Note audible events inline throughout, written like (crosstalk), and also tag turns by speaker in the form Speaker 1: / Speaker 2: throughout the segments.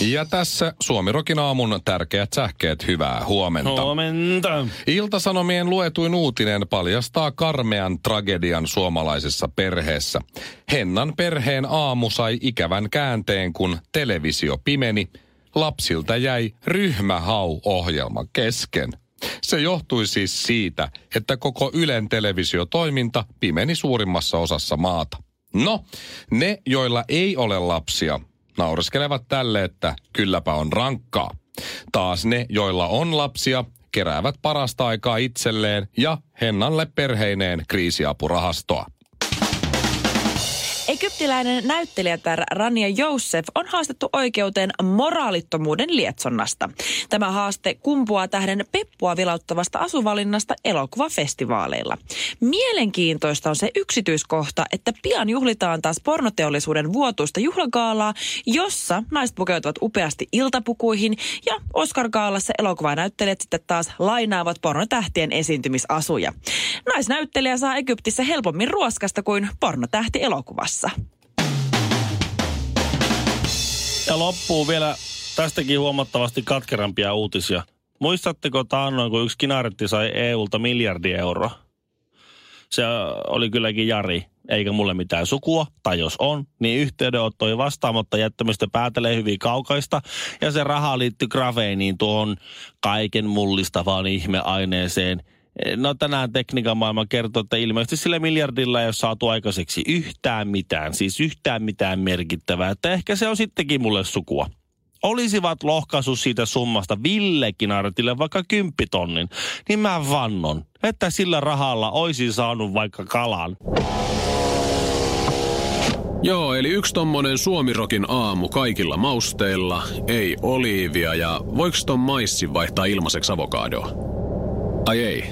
Speaker 1: Ja tässä Suomirokin aamun tärkeät sähkeet. Hyvää huomenta.
Speaker 2: Huomenta.
Speaker 1: Iltasanomien luetuin uutinen paljastaa karmean tragedian suomalaisessa perheessä. Hennan perheen aamu sai ikävän käänteen, kun televisio pimeni. Lapsilta jäi ryhmähau-ohjelma kesken. Se johtui siis siitä, että koko Ylen televisiotoiminta pimeni suurimmassa osassa maata. No, ne, joilla ei ole lapsia, naureskelevat tälle, että kylläpä on rankkaa. Taas ne, joilla on lapsia, keräävät parasta aikaa itselleen ja Hennalle perheineen kriisiapurahastoa.
Speaker 3: Egyptiläinen näyttelijätär Rania Joussef on haastettu oikeuteen moraalittomuuden lietsonnasta. Tämä haaste kumpuaa tähden peppua vilauttavasta asuvalinnasta elokuvafestivaaleilla. Mielenkiintoista on se yksityiskohta, että pian juhlitaan taas pornoteollisuuden vuotuista juhlagaalaa, jossa naiset pukeutuvat upeasti iltapukuihin ja Oscar-gaalassa elokuvanäyttelijät sitten taas lainaavat pornotähtien esiintymisasuja. Naisnäyttelijä saa Egyptissä helpommin ruoskasta kuin pornotähti elokuvassa kanssa.
Speaker 2: Ja loppuu vielä tästäkin huomattavasti katkerampia uutisia. Muistatteko taannoin, kun yksi kinaretti sai EUlta miljardi euroa? Se oli kylläkin Jari, eikä mulle mitään sukua, tai jos on, niin yhteydenotto ei vastaamatta jättämistä päätelee hyvin kaukaista, ja se raha liittyy graveiniin tuohon kaiken mullistavaan ihmeaineeseen, No tänään tekniikan maailma kertoo, että ilmeisesti sillä miljardilla ei ole saatu aikaiseksi yhtään mitään, siis yhtään mitään merkittävää. Että ehkä se on sittenkin mulle sukua. Olisivat lohkaisu siitä summasta Ville Kinaretille vaikka kymppitonnin, niin mä vannon, että sillä rahalla olisi saanut vaikka kalan.
Speaker 4: Joo, eli yksi tommonen suomirokin aamu kaikilla mausteilla, ei oliivia ja voiko ton maissi vaihtaa ilmaiseksi avokadoa? Ai ei.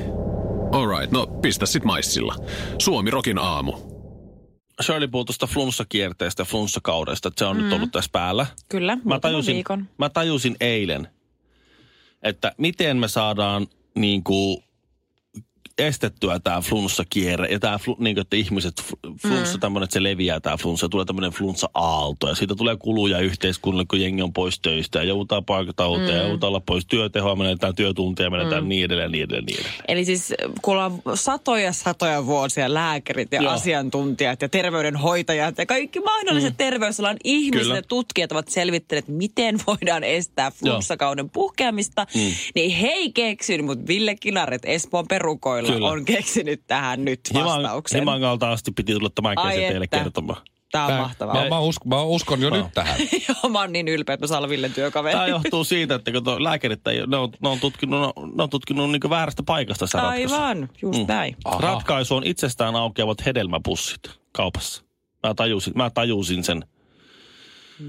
Speaker 4: Alright, no pistä sit maissilla. Suomi Rokin aamu.
Speaker 2: Shirley puhui tuosta flunssakierteestä ja flunssakaudesta, että se on mm. nyt ollut tässä päällä.
Speaker 3: Kyllä,
Speaker 2: mä tajusin,
Speaker 3: viikon.
Speaker 2: mä tajusin eilen, että miten me saadaan niin kuin, estettyä tämä flunssakierre ja tämä, flu, niin kuin, että ihmiset, flunssa mm. tämmöinen, että se leviää tämä flunssa, tulee tämmöinen flunssa-aalto ja siitä tulee kuluja yhteiskunnalle, kun jengi on pois töistä ja joudutaan paikatauteen mm. ja joudutaan olla pois työtehoa, menetään työtunteja, menetään mm. niin edelleen, niin edelleen, niin edelleen.
Speaker 3: Eli siis kuullaan satoja satoja vuosia lääkärit ja Joo. asiantuntijat ja terveydenhoitajat ja kaikki mahdolliset mm. terveysalan ihmiset Kyllä. ja tutkijat ovat selvittäneet, miten voidaan estää flunssakauden Joo. puhkeamista. Mm. Niin hei keksyn, mutta Ville Kinaret Espoon perukoilla Kyllä. on keksinyt tähän nyt vastauksen.
Speaker 2: Himan, Himangalta asti piti tulla tämä asia teille kertomaan.
Speaker 3: Tämä on Tää, mahtavaa.
Speaker 1: Mä, mä, uskon, mä uskon jo mä nyt tähän.
Speaker 3: (laughs) Joo, mä oon niin ylpeä, että mä saan Villen työkaveri.
Speaker 2: Tämä johtuu siitä, että kun lääkärit ei, ne on, ne on tutkinut, ne on tutkinut niin väärästä paikasta sitä
Speaker 3: (laughs) Aivan, just mm. näin.
Speaker 2: Aha. Ratkaisu on itsestään aukeavat hedelmäpussit kaupassa. Mä tajusin, mä tajusin sen.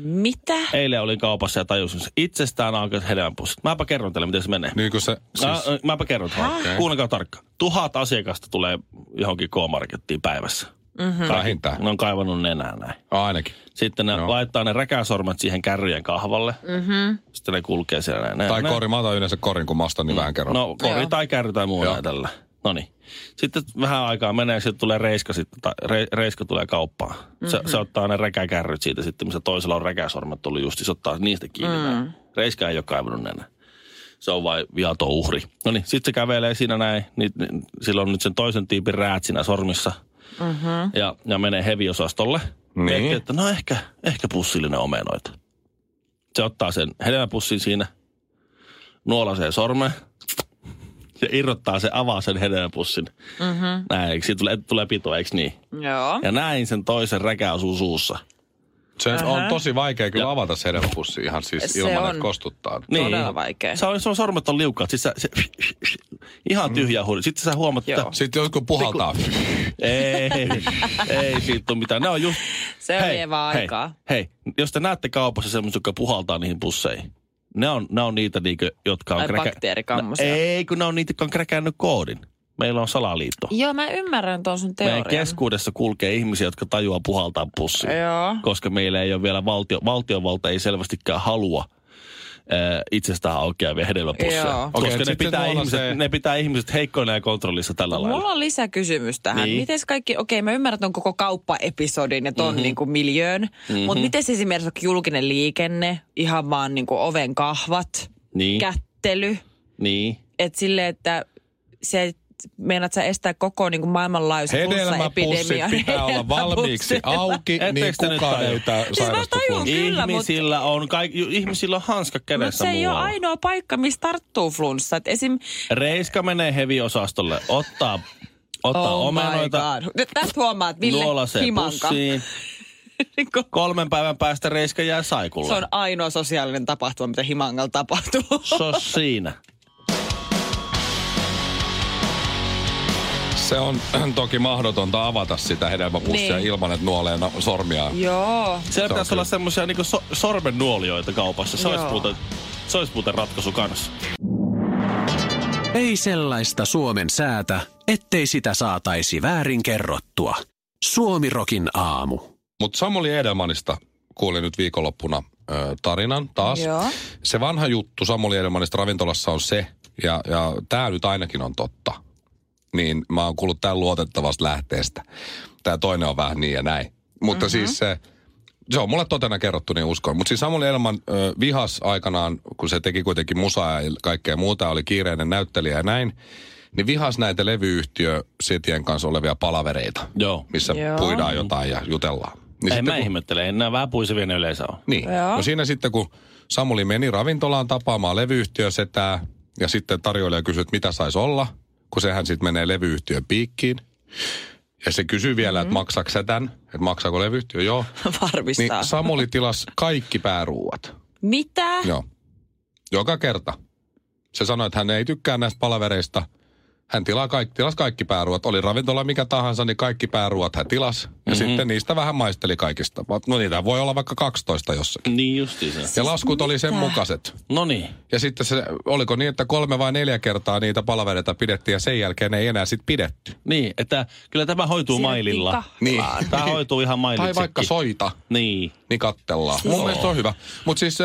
Speaker 3: Mitä?
Speaker 2: Eilen olin kaupassa ja tajusin sen. Itsestään aukeat hedelmäpussit. Mäpä kerron teille, miten se menee.
Speaker 1: Niin kuin se...
Speaker 2: Siis... Mä, mäpä kerron teille. Okay. Kuunnelkaa tarkkaan. Tuhat asiakasta tulee johonkin K-markettiin päivässä.
Speaker 1: Mm-hmm. Vähintään.
Speaker 2: Ne on kaivannut nenää näin.
Speaker 1: Ainakin.
Speaker 2: Sitten ne no. laittaa ne räkäsormet siihen kärryjen kahvalle. Mm-hmm. Sitten ne kulkee siellä näin. Ne,
Speaker 1: tai
Speaker 2: ne...
Speaker 1: kori, mä otan yleensä korin, kun mä ostan, niin mm. vähän kerran.
Speaker 2: No kori Joo. tai kärry tai muu tällä. No niin. Sitten vähän aikaa menee, sitten tulee reiska, sitten, tai re, reiska tulee kauppaan. Mm-hmm. Se, se, ottaa ne räkäkärryt siitä sitten, missä toisella on räkäsormet ollut just, niin se ottaa niistä kiinni. Mm. Näin. Reiska ei ole kaivannut nenää se on vain viaton uhri. No niin, sitten se kävelee siinä näin, niin, niin, sillä on nyt sen toisen tiipin räät siinä sormissa. Mm-hmm. Ja, ja menee heviosastolle. Niin. Ehkä, että no ehkä, ehkä pussillinen omenoita. Se ottaa sen hedelmäpussin siinä, nuolasee sormen ja irrottaa se, avaa sen hedelmäpussin. Mm-hmm. Näin, eikö? Siitä tulee, tulee pito, eikö niin?
Speaker 3: Joo.
Speaker 2: Ja näin sen toisen räkä osuu suussa.
Speaker 1: Se Ähä. on tosi vaikea kyllä ja. avata se hedelmäpussi ihan siis se ilman, on. että kostuttaa.
Speaker 3: Niin. Todella vaikea.
Speaker 2: Se on, se on sormet on liukkaat. Siis sä, se, (laughs) ihan tyhjä huuli. Sitten sä huomaat, Joo. että...
Speaker 1: Sitten jotkut puhaltaa. Pikku...
Speaker 2: ei,
Speaker 3: (laughs)
Speaker 2: ei siitä ole mitään. Ne on just...
Speaker 3: Se on hei, vie vaan
Speaker 2: hei,
Speaker 3: aikaa.
Speaker 2: Hei, hei, jos te näette kaupassa semmoisen, joka puhaltaa niihin pusseihin, Ne on, ne on niitä, niinkö, jotka on...
Speaker 3: Ai bakteerikammosia.
Speaker 2: No, ei, kun ne on niitä, jotka on kräkännyt koodin. Meillä on salaliitto.
Speaker 3: Joo, mä ymmärrän tuon sun teorian.
Speaker 2: Meidän keskuudessa kulkee ihmisiä, jotka tajuaa puhaltaa pussiin.
Speaker 3: Joo.
Speaker 2: Koska meillä ei ole vielä valtio, valtiovalta ei selvästikään halua ö, itsestään aukeavia hedelmäpusseja.
Speaker 3: Joo.
Speaker 2: Koska
Speaker 1: Okei,
Speaker 2: okay,
Speaker 1: et
Speaker 2: ne,
Speaker 1: sitten
Speaker 2: pitää
Speaker 1: tuolla
Speaker 2: ihmiset,
Speaker 1: se-
Speaker 2: ne pitää ihmiset heikkoina ja kontrollissa tällä
Speaker 3: Mulla
Speaker 2: lailla.
Speaker 3: on lisäkysymys tähän.
Speaker 2: Niin.
Speaker 3: Niin. Miten kaikki, okei mä ymmärrän ton koko kauppaepisodin ja
Speaker 2: Mhm.
Speaker 3: ton mm-hmm. niinku miljöön, mm-hmm. mutta miten esimerkiksi vaikka julkinen liikenne, ihan vaan niinku oven kahvat,
Speaker 2: Niin,
Speaker 3: kättely,
Speaker 2: niin.
Speaker 3: että sille, että se meinaat sä estää koko niinku maailmanlaajuisen
Speaker 1: Hedelmäpussit
Speaker 3: flussaepidemian.
Speaker 1: pitää olla valmiiksi
Speaker 3: (laughs) Hedelmäpussit.
Speaker 1: auki, niin
Speaker 2: Etteikö te nyt
Speaker 1: kukaan
Speaker 2: tajua?
Speaker 1: ei tää
Speaker 3: Siis mä
Speaker 1: sairastu
Speaker 3: tajun Kyllä, mut-
Speaker 2: ihmisillä, on kaik, ju- ihmisillä on hanska
Speaker 3: Mutta
Speaker 2: kädessä
Speaker 3: se ei ole
Speaker 2: muualla.
Speaker 3: ainoa paikka, missä tarttuu flunssa. Et esim...
Speaker 2: Reiska menee heviosastolle, ottaa, ottaa
Speaker 3: Oh my
Speaker 2: omenoita,
Speaker 3: god. Nyt Tästä huomaat, Ville
Speaker 2: nuolasee
Speaker 3: Himanka. (laughs)
Speaker 2: pussiin.
Speaker 3: Niinku-
Speaker 2: Kolmen päivän päästä Reiska jää saikulle.
Speaker 3: Se on ainoa sosiaalinen tapahtuma, mitä Himangalla tapahtuu.
Speaker 1: (laughs)
Speaker 2: Se on siinä.
Speaker 1: Se on (clears throat) toki mahdotonta avata sitä hedelmäpussia
Speaker 3: Niin.
Speaker 1: ilman, että nuolee na- sormiaan.
Speaker 3: Joo.
Speaker 2: Siellä
Speaker 1: Se on
Speaker 2: pitäisi
Speaker 1: kyllä.
Speaker 2: olla semmoisia niinku so, sormennuolioita kaupassa. Se olisi,
Speaker 3: Joo.
Speaker 2: muuten, se olisi muuten ratkaisu kanssa.
Speaker 4: Ei sellaista Suomen säätä, ettei sitä saataisi väärin kerrottua. Suomirokin aamu.
Speaker 1: Mutta Samuli Edelmanista kuulin nyt viikonloppuna ö, tarinan taas.
Speaker 3: Joo.
Speaker 1: Se vanha juttu Samuli Edelmanista ravintolassa on se, ja, ja tämä nyt ainakin on totta, niin mä oon kuullut tämän luotettavasta lähteestä. Tämä toinen on vähän niin ja näin. Mutta mm-hmm. siis se, se on mulle totena kerrottu, niin uskon. Mutta siis Samuli Edelman ö, vihas aikanaan, kun se teki kuitenkin musaa ja kaikkea muuta, oli kiireinen näyttelijä ja näin, niin vihas näitä levyyhtiö Sitien kanssa olevia palavereita,
Speaker 2: Joo.
Speaker 1: missä
Speaker 3: Joo.
Speaker 1: puidaan jotain ja jutellaan. Niin
Speaker 2: Ei
Speaker 1: sitten
Speaker 2: mä kun... ihmettele, enää vähän puisevia ne yleensä on.
Speaker 1: niin.
Speaker 3: Joo.
Speaker 1: No siinä sitten kun Samuli meni ravintolaan tapaamaan levyyhtiösetää ja sitten tarjoilija kysyi, että mitä saisi olla, kun sehän sitten menee levyyhtiön piikkiin. Ja se kysyy vielä, mm-hmm. että maksako sä tämän, että maksaako levyyhtiö, joo. Niin
Speaker 3: Varmistaa.
Speaker 1: Samuli tilasi kaikki pääruuat,
Speaker 3: Mitä?
Speaker 1: joo. Joka kerta. Se sanoi, että hän ei tykkää näistä palavereista. Hän tilaa kaikki, tilasi kaikki pääruuat. Oli ravintola mikä tahansa, niin kaikki pääruuat hän tilasi. Ja mm-hmm. sitten niitä vähän maisteli kaikista. No niitä voi olla vaikka 12 jossakin.
Speaker 2: Niin justiinsa.
Speaker 1: Ja laskut oli sen
Speaker 3: mitä?
Speaker 1: mukaiset.
Speaker 2: No niin.
Speaker 1: Ja sitten se, oliko niin, että kolme vai neljä kertaa niitä palveluita pidettiin ja sen jälkeen ei enää sit pidetty.
Speaker 2: Niin, että kyllä tämä hoituu
Speaker 3: Siirrettiin
Speaker 2: maililla.
Speaker 3: kahvilaan.
Speaker 1: Niin.
Speaker 2: Tämä hoituu ihan mailitsekin.
Speaker 1: Tai vaikka soita,
Speaker 2: Niin.
Speaker 1: niin kattellaan. Mun mielestä se on hyvä. Mutta siis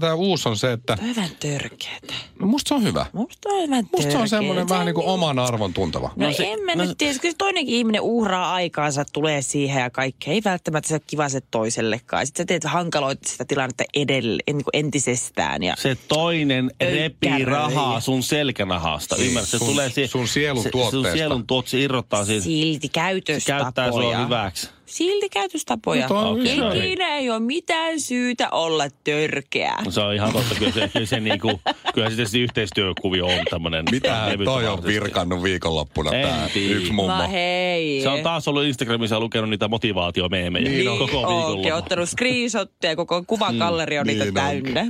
Speaker 1: tämä uusi on se, että
Speaker 3: Toi on vähän törkeetä.
Speaker 1: no musta se on hyvä.
Speaker 3: Musta on vähän
Speaker 1: Musta se on
Speaker 3: törkeetä.
Speaker 1: semmoinen vähän niin kuin oman arvon tunteva.
Speaker 3: No,
Speaker 2: No
Speaker 3: no
Speaker 2: se-
Speaker 3: se, en mä
Speaker 2: no
Speaker 3: no,
Speaker 2: se-
Speaker 3: nyt tiedä, kyllä toinenkin ihminen uhraa aikaansa, tulee siihen ja kaikkea. Ei välttämättä se ole kiva se toisellekaan. Sitten sä teet hankaloit sitä tilannetta edelle, niin kuin entisestään. Ja...
Speaker 2: Se toinen
Speaker 3: Öykäröi.
Speaker 2: repii rahaa sun selkänahasta.
Speaker 1: Niin.
Speaker 2: Ymmärrät, se
Speaker 1: Sun-
Speaker 2: tulee si-
Speaker 1: sun sielun
Speaker 2: se,
Speaker 1: tuotteesta.
Speaker 2: Sun sielun tuot, se irrottaa siitä. siis- Se
Speaker 3: Silti
Speaker 2: käyttää sua
Speaker 3: käytöstapoja.
Speaker 2: hyväksi.
Speaker 3: Silti käytöstapoja.
Speaker 1: No toi on
Speaker 3: Ikinä
Speaker 1: hyvä.
Speaker 3: ei ole mitään syytä olla törkeä.
Speaker 2: No Se on ihan totta. Kyllä se, kyllä se, niinku, kyllä se tietysti yhteistyökuvio on tämmöinen.
Speaker 1: Mitähän toi on virkannut viikonloppuna
Speaker 2: En
Speaker 1: tää
Speaker 2: tiedä.
Speaker 1: yksi mummo.
Speaker 3: Mä hei.
Speaker 2: Se on taas ollut Instagramissa ja lukenut niitä motivaatiomeemejä
Speaker 1: Niin on.
Speaker 2: koko
Speaker 3: Okei,
Speaker 2: viikolla.
Speaker 3: ottanut screenshotteja, koko kuvakalleri on
Speaker 1: Mm,
Speaker 3: niitä
Speaker 1: niin
Speaker 3: täynnä.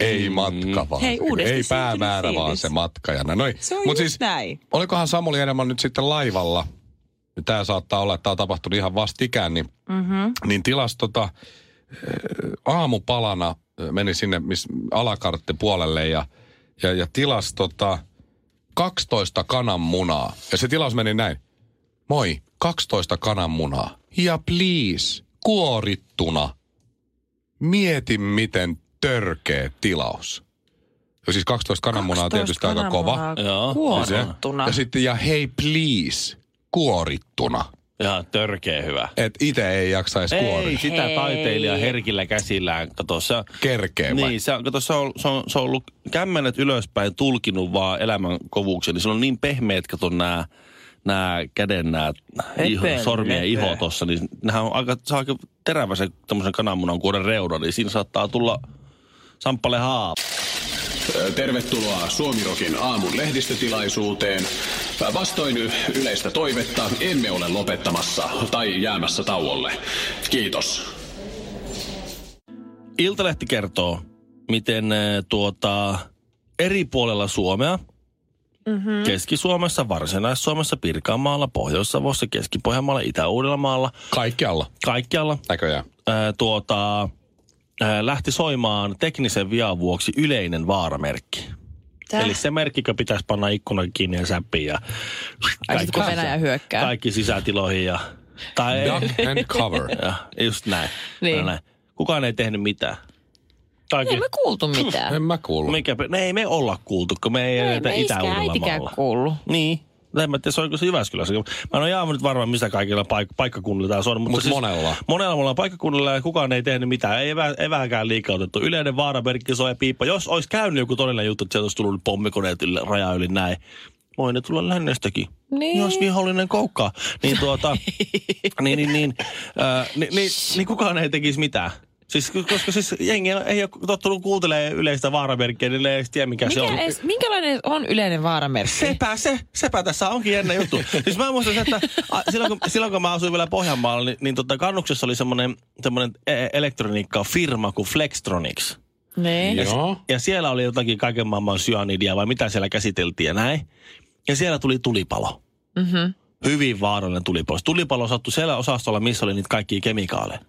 Speaker 1: Ei matka vaan.
Speaker 3: Hei, uudesti
Speaker 1: Ei päämäärä
Speaker 3: syntynyt
Speaker 1: vaan
Speaker 3: fiilis.
Speaker 1: se matkajana. Noi.
Speaker 3: Se on
Speaker 1: Mut siis
Speaker 3: just
Speaker 2: siis
Speaker 3: näin.
Speaker 1: Olikohan Samuli enemmän nyt sitten laivalla? Tämä saattaa olla, että tämä on tapahtunut ihan vastikään, niin, mm-hmm. niin tilas tota, eh, aamupalana eh, meni sinne miss, alakartte puolelle ja, ja, ja tilas tota, 12 kananmunaa. Ja se tilaus meni näin. Moi, 12 kananmunaa. Ja please, kuorittuna. Mietin, miten törkeä tilaus. Ja siis 12 kananmunaa on tietysti aika kova.
Speaker 2: Joo. Siis
Speaker 3: Kuorottuna.
Speaker 1: Ja sitten, ja hei please, kuorittuna.
Speaker 2: Ihan törkeä hyvä.
Speaker 1: Et itse ei jaksaisi
Speaker 2: Ei
Speaker 1: kuoria.
Speaker 2: sitä
Speaker 3: Hei.
Speaker 2: taiteilija herkillä käsillään. Kato, se,
Speaker 1: Kerkeä vai?
Speaker 2: niin, se, on- kato, se, on, se, on, se on ollut kämmenet ylöspäin tulkinut vaan elämän kovuuksia. Niin se on niin pehmeät, kato nämä nää käden nää iho,
Speaker 3: Lepö,
Speaker 2: sormien
Speaker 3: lepö.
Speaker 2: iho tuossa, niin nehän on aika, se on aika terävä se tämmöisen kananmunan kuoren reuna, niin siinä saattaa tulla samppale haava.
Speaker 4: Tervetuloa Suomirokin aamun lehdistötilaisuuteen. Vastoin yleistä toivetta emme ole lopettamassa tai jäämässä tauolle. Kiitos.
Speaker 2: Iltalehti kertoo, miten eh, tuota, eri puolella Suomea, mm-hmm. Keski-Suomessa, Varsinais-Suomessa, Pirkanmaalla, Pohjois-Savossa, Keski-Pohjanmaalla, Itä-Uudellamaalla,
Speaker 1: Kaikkialla
Speaker 2: kaikkialla
Speaker 1: näköjään.
Speaker 2: eh, tuota, ää, lähti soimaan teknisen vian vuoksi yleinen vaaramerkki.
Speaker 3: Tää.
Speaker 2: Eli se merkki, joka pitäisi panna ikkunan kiinni ja säppiin ja
Speaker 3: Ai sit kun Venäjä hyökkää.
Speaker 2: kaikki sisätiloihin ja... Tai ei,
Speaker 1: Duck and cover.
Speaker 2: ja, just näin.
Speaker 5: Niin.
Speaker 2: näin. Kukaan ei tehnyt mitään. Tai
Speaker 3: Niin,
Speaker 5: Ei me kuultu mitään.
Speaker 1: En mä kuullut.
Speaker 2: Mikä, ne ei me olla kuultu, kun me
Speaker 5: Ei
Speaker 2: ei eletä
Speaker 5: me iskään äitikään
Speaker 2: Itä-Uudellamaalla.
Speaker 5: kuullut.
Speaker 2: Niin. Tai En mä tiedä, soiko se Jyväskylässä. Mä en ole ihan nyt varmaan, missä kaikilla paik- paikkakunnilla tämä on. Mutta siis
Speaker 1: Mut monella.
Speaker 2: Monella mulla on paikkakunnilla ja kukaan ei tehnyt mitään. Ei, evä, ei vähänkään liikaa otettu. Yleinen vaaramerkki soi ja piippa. Jos olisi käynyt joku todellinen juttu, että sieltä olisi tullut pommikoneet yli- raja yli näin. Voi ne tulla lännestäkin.
Speaker 5: Niin.
Speaker 2: Jos vihollinen koukkaa. Niin tuota, niin, niin, niin, äh, niin, niin, niin kukaan ei tekisi mitään. Siis, koska siis jengi ei ole tottunut kuuntelemaan yleistä vaaramerkkiä, niin ne ei edes tiedä, mikä, se on.
Speaker 5: Mikä edes, minkälainen on yleinen
Speaker 3: (laughs)
Speaker 5: vaaramerkki?
Speaker 3: Niin.
Speaker 2: Sepä se, sepä tässä onkin jännä juttu. siis mä muistan sen, että a, silloin kun, silloin kun mä asuin vielä Pohjanmaalla, niin, niin tota, kannuksessa oli semmoinen, semmoinen e- elektroniikkafirma kuin Flextronics.
Speaker 5: Niin.
Speaker 1: Joo.
Speaker 2: Ja siellä oli jotakin kaiken maailman syanidia vai mitä siellä käsiteltiin ja näin. Ja siellä tuli tulipalo.
Speaker 5: Mhm.
Speaker 2: Hyvin vaarallinen tulipalo. Se Tulipalo sattui siellä osastolla, missä oli niitä kaikkia kemikaaleja.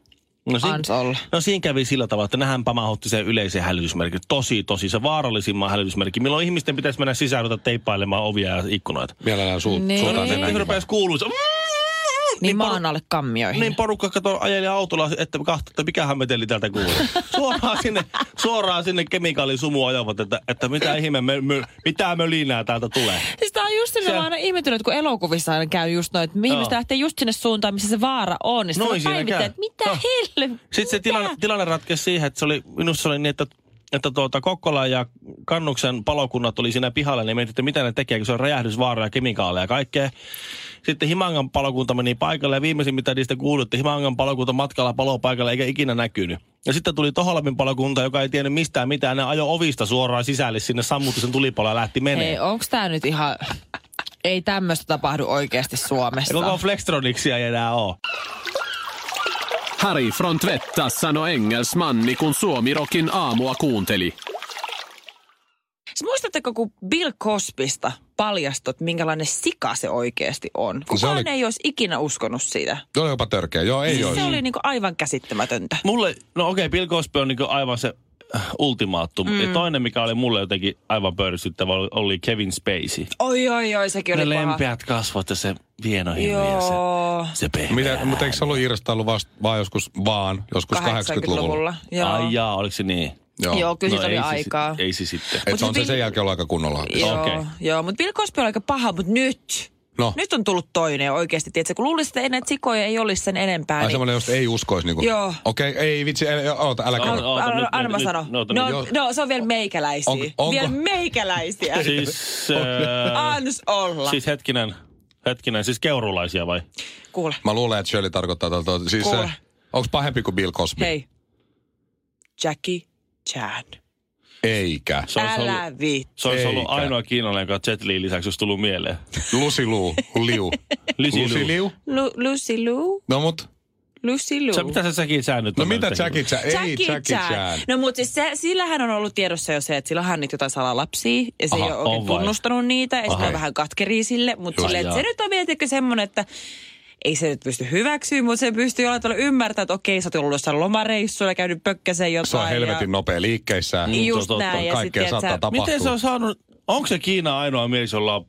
Speaker 2: No, siinä-
Speaker 5: Ans
Speaker 3: Niin
Speaker 5: olla.
Speaker 2: No siinä kävi sillä tavalla, että nehän pamautti sen yleisen hälytysmerkin. Tosi, tosi se vaarallisimman hälytysmerkki, milloin ihmisten pitäisi mennä sisäänruveta teippailemaan ovia ja ikkunoita.
Speaker 1: Mielellään suu,
Speaker 5: Niin.
Speaker 1: niin.
Speaker 2: No
Speaker 1: suotaan
Speaker 2: niin,
Speaker 1: sen
Speaker 2: kun rupesi kuuluu se...
Speaker 5: Niin
Speaker 2: poru-
Speaker 5: maan alle kammioihin.
Speaker 2: Niin porukka kato ajeli autolla, että kahta, että mikähän meteli täältä kuuluu. Suoraan sinne, suoraan sinne kemikaalisumua ajavat, että, että mitä ihme, me, me, mitä mölinää täältä tulee.
Speaker 5: Siis tää on just se, mitä
Speaker 2: Se-
Speaker 5: mä oon aina ihmetynyt, kun elokuvissa aina käy just noin, että ihmiset lähtee just sinne suuntaan, missä se vaara on. Niin
Speaker 2: Noin
Speaker 5: noin
Speaker 2: siinä
Speaker 5: siinä
Speaker 2: käy.
Speaker 5: että mitä
Speaker 2: Joo.
Speaker 5: helvettiä.
Speaker 2: Sitten se tilanne, tilanne ratkesi siihen, että se oli, minusta se oli niin, että, että tuota, Kokkola ja Kannuksen palokunnat oli siinä pihalla, niin mietit, että mitä ne tekee, kun se on räjähdysvaaroja, ja kemikaaleja ja kaikkea. Sitten Himangan palokunta meni paikalle ja viimeisin mitä niistä kuului, että Himangan palokunta matkalla palopaikalle eikä ikinä näkynyt. Ja sitten tuli Toholamin palokunta, joka ei tiennyt mistään mitään. Ne ajoi ovista suoraan sisälle sinne, sammutti sen tulipalo ja lähti menee.
Speaker 5: Hei, onks tää nyt ihan... Ei tämmöstä tapahdu oikeasti Suomessa.
Speaker 2: Koko Flextroniksia ei enää ole.
Speaker 4: Harry Frontvetta sanoi engelsmanni, kun Suomirokin aamua kuunteli.
Speaker 3: Siis muistatteko, kun Bill Cosbysta paljastot, minkälainen sika se oikeasti on? Kukaan
Speaker 1: oli-
Speaker 3: oli... ei olisi ikinä uskonut siitä.
Speaker 1: Tuo oli jopa törkeä. Joo, ei
Speaker 3: siis
Speaker 1: ole.
Speaker 3: se oli niinku aivan käsittämätöntä.
Speaker 2: Mulle, no okei, okay, Bill Cosby on niinku aivan se äh, ultimaattum. Mm. Ja toinen, mikä oli mulle jotenkin aivan pöyristyttävä, oli- oli Kevin Spacey.
Speaker 3: Oi, oi, oi, sekin
Speaker 2: Ne
Speaker 3: oli paha.
Speaker 2: lempeät kasvot ja se hieno himo ja se,
Speaker 3: Joo.
Speaker 2: se pehmeä.
Speaker 1: Mitä, mutta eikö se ollut irstailu vasta, vaan joskus vaan, joskus 80-luvulla?
Speaker 3: 80-luvulla. Joo.
Speaker 2: Ai jaa, oliko se niin?
Speaker 1: Joo.
Speaker 3: Joo, kyllä siitä
Speaker 2: ei
Speaker 3: oli
Speaker 2: se sit-
Speaker 3: aikaa.
Speaker 2: ei se sitten.
Speaker 1: Et se on se
Speaker 3: Mut
Speaker 1: sen
Speaker 3: vi-
Speaker 1: jälkeen ollut aika kunnolla.
Speaker 3: Joo,
Speaker 2: Okei.
Speaker 3: okay. joo mutta Bill Cosby oli aika paha, mutta nyt,
Speaker 1: No,
Speaker 3: nyt on tullut toinen oikeasti. Tiedätkö, kun luulisit, että enää sikoja ei olisi sen enempää.
Speaker 1: ai semmoinen, josta ei uskoisi. Niinku.
Speaker 3: niin. Joo.
Speaker 1: Okei, ei vitsi, ei, oota, älä
Speaker 2: Oota,
Speaker 1: kerro.
Speaker 2: oota, nyt,
Speaker 3: Anna
Speaker 2: nyt,
Speaker 3: mä
Speaker 2: nyt,
Speaker 3: sano.
Speaker 2: no,
Speaker 3: No,
Speaker 2: oota, nyt.
Speaker 3: no, se on vielä meikäläisiä.
Speaker 1: Onko- onko-
Speaker 3: Vielä meikäläisiä. (laughs)
Speaker 2: Siis, äh,
Speaker 3: Ans olla.
Speaker 2: siis hetkinen, hetkinen, siis keurulaisia vai?
Speaker 3: Kuule,
Speaker 1: Mä luulen, että Shirley tarkoittaa tältä. Siis
Speaker 3: Kuule.
Speaker 1: se, onko pahempi kuin Bill Cosby?
Speaker 3: hei. Jackie Chan.
Speaker 1: Eikä.
Speaker 2: Se olisi
Speaker 3: Älä
Speaker 2: ollut,
Speaker 3: viit.
Speaker 2: se olisi ollut
Speaker 1: Eikä.
Speaker 2: ainoa kiinalainen, joka Jet Li lisäksi olisi tullut mieleen.
Speaker 1: Lucy Liu. Liu.
Speaker 2: (laughs) Lucy Liu.
Speaker 3: Lu, Lucy Lou?
Speaker 1: No mut,
Speaker 3: Lucy Lou?
Speaker 2: Sä, mitä sä säkin sä nyt
Speaker 1: no
Speaker 2: on
Speaker 1: mitä
Speaker 2: tehnyt?
Speaker 1: Jackie Chan? Ei
Speaker 3: Jackie,
Speaker 1: Jackie Chan.
Speaker 3: No mutta siis se, sillähän on ollut tiedossa jo se, että sillä on hänet jotain salalapsia ja se
Speaker 2: Aha,
Speaker 3: Aha, ei ole oikein
Speaker 2: on vai?
Speaker 3: tunnustanut niitä ja
Speaker 2: Aha.
Speaker 3: sitten on vähän katkeria sille, mutta sille, että
Speaker 2: jaa.
Speaker 3: se nyt on mietitkö semmoinen, että ei se nyt pysty hyväksyä, mutta se pystyy jollain tavalla ymmärtämään, että okei, sä oot ollut jossain lomareissuilla, käynyt pökkäseen jotain.
Speaker 1: Se on
Speaker 3: ja...
Speaker 1: helvetin nopea liikkeissään.
Speaker 2: Mm,
Speaker 3: Just
Speaker 2: totta,
Speaker 3: näin. Ja sit,
Speaker 1: Kaikkea
Speaker 3: tiedät,
Speaker 1: saattaa
Speaker 3: sä,
Speaker 1: tapahtua.
Speaker 2: Miten se on saanut, onko se Kiina ainoa mies, jolla on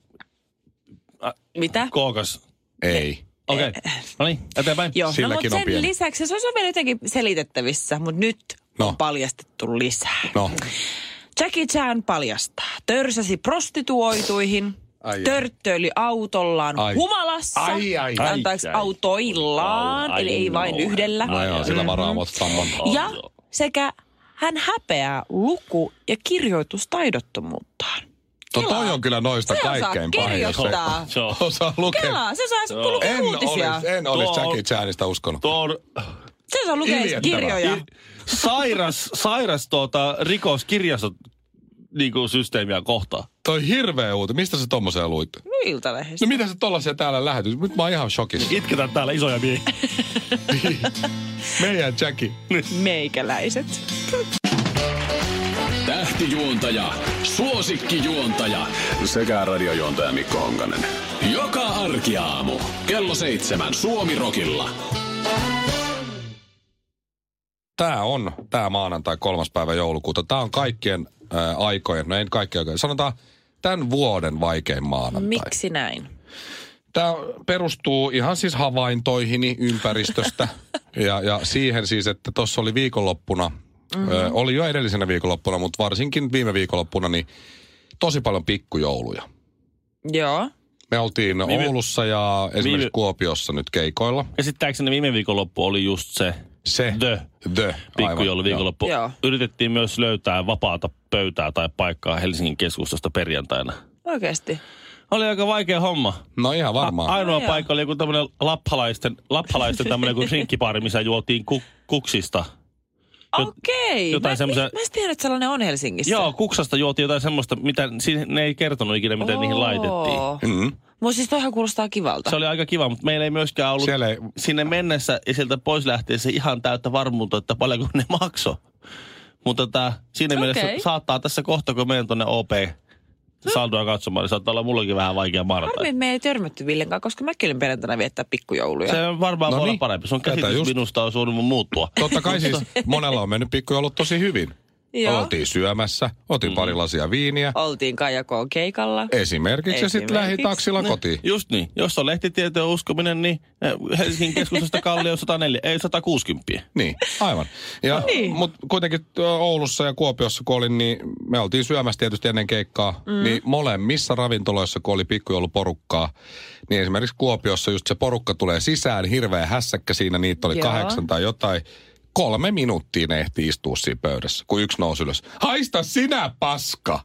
Speaker 3: mitä?
Speaker 2: kookas?
Speaker 1: Ei.
Speaker 2: Okei, okay. no niin, eteenpäin.
Speaker 3: Eh, Joo, no,
Speaker 1: Silläkin
Speaker 3: mutta
Speaker 1: on
Speaker 3: sen
Speaker 1: pieni.
Speaker 3: lisäksi se on vielä jotenkin selitettävissä, mutta nyt
Speaker 1: No.
Speaker 3: on paljastettu lisää.
Speaker 1: No,
Speaker 3: Jackie Chan paljastaa. Törsäsi prostituoituihin,
Speaker 1: Ai, ai.
Speaker 3: törttöili autollaan
Speaker 1: Ai.
Speaker 3: humalassa,
Speaker 1: Ai, ai,
Speaker 3: tai
Speaker 2: ai.
Speaker 3: anteeksi
Speaker 2: Ai, ai.
Speaker 3: autoillaan,
Speaker 2: Ai,
Speaker 3: eli ei vain
Speaker 2: no.
Speaker 3: yhdellä.
Speaker 1: no joo,
Speaker 3: Mm-hmm.
Speaker 1: sillä varaa samman.
Speaker 3: Ja sekä hän häpeää luku- ja kirjoitustaidottomuuttaan.
Speaker 1: No toi on kyllä noista
Speaker 3: Se osaa
Speaker 1: kaikkein pahin. jos
Speaker 3: kirjoittaa.
Speaker 2: Se on,
Speaker 1: Osaa lukea.
Speaker 3: Kelaa, se saisi lukea
Speaker 1: En
Speaker 3: uutisia.
Speaker 1: olisi, en olisi
Speaker 2: Tuo on-
Speaker 1: Jackie Chanista uskonut.
Speaker 2: tuo on
Speaker 3: Se saa lukea
Speaker 1: Iljettävä.
Speaker 3: kirjoja.
Speaker 2: sairas, sairas tuota, rikos kirjasto niinku systeemiä kohtaan.
Speaker 1: Toi hirveä uuti. Mistä sä tommoseen luit?
Speaker 3: No iltalehdestä.
Speaker 1: No mitä sä tollasia täällä lähetys? Nyt mä oon ihan shokissa.
Speaker 2: Itketään täällä isoja
Speaker 3: (laughs)
Speaker 2: miehiä.
Speaker 1: Meidän Jackie.
Speaker 3: Meikäläiset.
Speaker 4: Tähtijuontaja, suosikkijuontaja sekä radiojuontaja Mikko Honkanen. Joka arkiaamu kello seitsemän Suomirokilla.
Speaker 1: tämä on tämä maanantai kolmas päivä joulukuuta. Tämä on kaikkien ää, aikojen, no ei nyt kaikkien aikojen, sanotaan tämän vuoden vaikein maanantai.
Speaker 3: Miksi näin?
Speaker 1: Tämä perustuu ihan siis havaintoihini
Speaker 2: (laughs)
Speaker 1: ympäristöstä ja, ja siihen siis, että tuossa oli viikonloppuna,
Speaker 2: Mhm.
Speaker 1: mm-hmm. ö, oli jo edellisenä viikonloppuna, mutta varsinkin viime viikonloppuna, niin tosi paljon pikkujouluja.
Speaker 3: Joo.
Speaker 1: Me oltiin
Speaker 2: Viime-
Speaker 1: Oulussa ja esimerkiksi
Speaker 2: Viime-
Speaker 1: Kuopiossa nyt keikoilla.
Speaker 2: Käsittääkseni viime viikonloppu oli just se
Speaker 1: Se.
Speaker 2: The
Speaker 1: The.
Speaker 2: pikkujoulu
Speaker 1: Aivan,
Speaker 2: viikonloppu.
Speaker 3: Joo.
Speaker 2: Yritettiin myös löytää vapaata pöytää tai paikkaa Helsingin keskustasta perjantaina.
Speaker 3: Oikeasti.
Speaker 2: Oli aika vaikea homma.
Speaker 1: joo. No ihan varmaan.
Speaker 2: A- ainoa
Speaker 3: Joo.
Speaker 2: paikka oli joku tämmöinen lappalaisten, lappalaisten tämmöinen
Speaker 3: (laughs)
Speaker 2: kuin rinkkipaari, missä juotiin ku- kuksista.
Speaker 3: Okei.
Speaker 2: jotain
Speaker 3: Mä-
Speaker 2: semmoisia-
Speaker 3: Mä en tiedä, että sellainen on Helsingissä.
Speaker 2: Joo, kuksasta juotiin jotain semmoista, mitä si- ne ei kertonut ikinä, miten niihin
Speaker 3: Oo.
Speaker 2: laitettiin.
Speaker 1: Mm-hmm.
Speaker 3: Mua siis toihan kuulostaa kivalta.
Speaker 2: Se oli aika kiva, mutta meillä ei myöskään ollut
Speaker 1: Siellä ei,
Speaker 2: sinne mennessä ja sieltä pois lähteessä ihan täyttä varmuutta, että paljonko ne makso. Mutta tota, siinä okay.
Speaker 5: Okei.
Speaker 2: mielessä saattaa tässä kohta, kun menen tuonne OP saldoa katsomaan, niin saattaa olla mullakin vähän vaikea
Speaker 3: Harmi,
Speaker 2: maanantai.
Speaker 3: että me ei törmätty Villenkaan, koska mäkin olin perjantaina viettää pikkujouluja.
Speaker 2: Se on varmaan
Speaker 1: No
Speaker 2: no voi
Speaker 1: niin.
Speaker 2: olla parempi. Sun
Speaker 1: Tätä
Speaker 2: käsitys
Speaker 1: just.
Speaker 2: minusta on suunnilleen muuttua.
Speaker 1: totta kai
Speaker 2: (laughs)
Speaker 1: siis monella on mennyt pikkujoulut tosi hyvin.
Speaker 3: Joo.
Speaker 1: Oltiin syömässä, otin mm-hmm. pari lasia viiniä.
Speaker 3: Oltiin Kajakoon keikalla.
Speaker 1: Esimerkiksi, ja sitten lähdin
Speaker 3: Esimerkiksi.
Speaker 1: taksilla kotiin.
Speaker 2: Just niin. Jos on lehtitietojen uskominen, niin eh, Helsingin keskustasta Kallio 104, ei 160.
Speaker 1: Niin, aivan. Ja, niin. Mutta kuitenkin ö, Oulussa ja Kuopiossa, kun olin, niin me oltiin syömässä tietysti ennen keikkaa. Mm. Niin molemmissa ravintoloissa, kun oli pikkujouluporukkaa, niin esimerkiksi Kuopiossa just se porukka tulee sisään, hirveä hässäkkä siinä, niitä oli
Speaker 3: Joo.
Speaker 1: Joo. kahdeksan tai jotain. Kolme minuuttia ne ehti istua siinä pöydässä, kun yksi nousi ylös. Haista sinä, paska!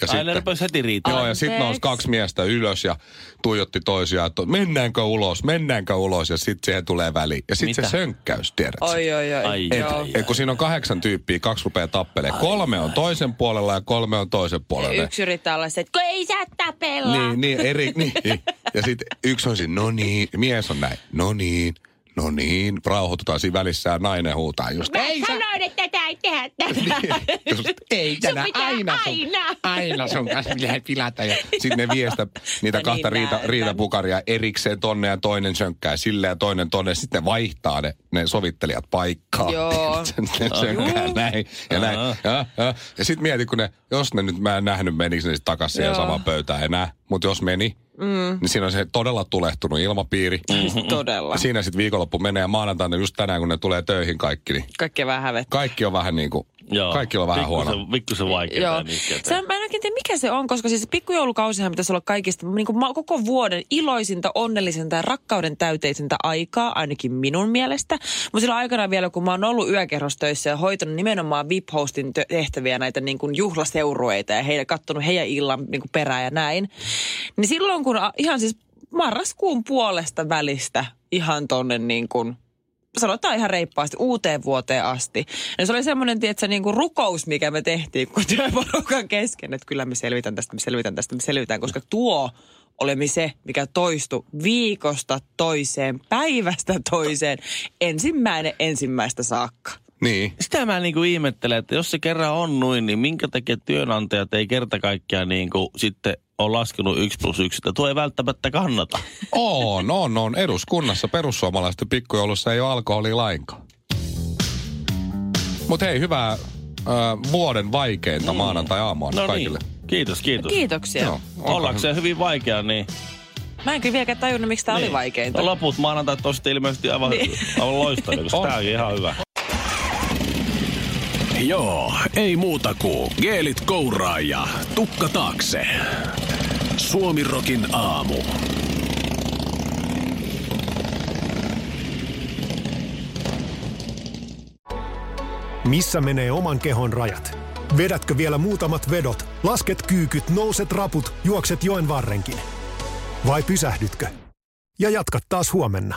Speaker 1: Ja
Speaker 2: Aina rupesi heti riittämään.
Speaker 1: Joo, ja sitten nousi
Speaker 5: Anteeksi.
Speaker 1: kaksi miestä ylös ja tuijotti toisiaan, että mennäänkö ulos, mennäänkö ulos, ja sitten siihen tulee väli. Ja sitten se
Speaker 2: Mitä?
Speaker 1: sönkkäys, tiedätkö?
Speaker 3: Oi, oi, oi.
Speaker 2: Ai,
Speaker 1: Et,
Speaker 3: Joo.
Speaker 2: ai,
Speaker 1: et kun siinä on kahdeksan tyyppiä, kaksi rupeaa tappelemaan. Kolme on toisen puolella ja kolme on toisen puolella.
Speaker 3: Yksi yrittää olla
Speaker 2: (laughs)
Speaker 3: se, että kun ei saa tapella.
Speaker 1: Niin, niin,
Speaker 3: (laughs)
Speaker 1: eri, niin. Ja sitten yksi on siinä, no niin, mies on näin, no niin, no niin, rauhoitutaan siinä välissä ja nainen huutaa just,
Speaker 6: Mä ei sanoin, että tätä ei tehdä
Speaker 1: Niin,
Speaker 3: (laughs)
Speaker 6: tätä.
Speaker 1: just ei
Speaker 6: Sun
Speaker 1: tänä,
Speaker 6: pitää
Speaker 1: aina sun,
Speaker 6: aina.
Speaker 1: aina sun kanssa pitää pilata. Ja sitten ne viestä niitä
Speaker 3: Mä
Speaker 1: kahta
Speaker 3: niin
Speaker 1: riita,
Speaker 3: näytän.
Speaker 1: riitapukaria erikseen tonne ja toinen sönkkää sille ja toinen tonne. Sitten ne vaihtaa ne, ne sovittelijat paikkaa. (laughs)
Speaker 3: Joo.
Speaker 1: sitten ne sönkkää näin ja näin. Ja, ja. ja sitten mieti, kun ne, jos ne nyt mä en nähnyt, menikö ne sitten takaisin siihen
Speaker 3: Joo.
Speaker 1: samaan pöytään enää. Mutta jos meni, mm. niin siinä on se todella tulehtunut ilmapiiri.
Speaker 3: Todella.
Speaker 1: Ja siinä sitten viikonloppu menee ja maanantaina just tänään, kun ne tulee töihin kaikki, niin
Speaker 3: Kaikkea vähän hävet.
Speaker 1: kaikki on vähän niin kuin,
Speaker 2: Joo.
Speaker 1: kaikki on vähän huono.
Speaker 2: Pikkusen- Pikkusen vaikeaa.
Speaker 3: Joo. Se, on- mä en oikein tiedä, mikä se on, koska siis pikkujoulukausihan pitäisi olla kaikista niin kuin koko vuoden iloisinta, onnellisinta ja rakkauden täyteisintä aikaa, ainakin minun mielestä. Mutta sillä aikana vielä, kun mä oon ollut yökerrostöissä ja hoitanut nimenomaan VIP-hostin tö- tehtäviä näitä niin kuin juhlaseurueita ja heidän, kattonut heidän illan niin kuin perään ja näin, niin silloin kun a- ihan siis marraskuun puolesta välistä ihan tonne niin kuin sanotaan ihan reippaasti, uuteen vuoteen asti. Ja se oli semmoinen, tietysti, niin kuin rukous, mikä me tehtiin kun (laughs) työporukan kesken, että kyllä me selvitän tästä, me selvitän tästä, me selvitään, koska tuo olemme se, mikä toistu viikosta toiseen, päivästä toiseen, ensimmäinen ensimmäistä saakka.
Speaker 1: Niin.
Speaker 2: Sitä mä niinku ihmettelen, että jos se kerran on noin, niin minkä takia työnantajat ei kerta kaikkiaan niinku sitten on laskenut yksi plus yksi, että tuo ei välttämättä kannata.
Speaker 1: On, on, on. Eduskunnassa perussuomalaisten pikkujoulussa ei ole alkoholia lainkaan. Mutta hei, hyvää äh, vuoden vaikeinta mm. maanantai-aamua
Speaker 2: No
Speaker 1: kaikille.
Speaker 2: niin, kiitos, kiitos.
Speaker 3: Kiitoksia.
Speaker 1: Joo, olkaa
Speaker 2: Ollaanko se hyvin vaikea, niin...
Speaker 3: Mä en kyllä vieläkään tajunnut, miksi tämä
Speaker 2: niin.
Speaker 3: oli vaikeinta.
Speaker 2: No Loput maanantai tosta ilmeisesti aivan, niin. aivan loistavia, koska
Speaker 1: On.
Speaker 2: tää on ihan hyvä.
Speaker 4: Joo, ei muuta kuin geelit kouraa ja tukka taakse. Suomirokin aamu.
Speaker 7: Missä menee oman kehon rajat? Vedätkö vielä muutamat vedot? Lasket kyykyt, nouset raput, juokset joen varrenkin. Vai pysähdytkö? Ja jatka taas huomenna.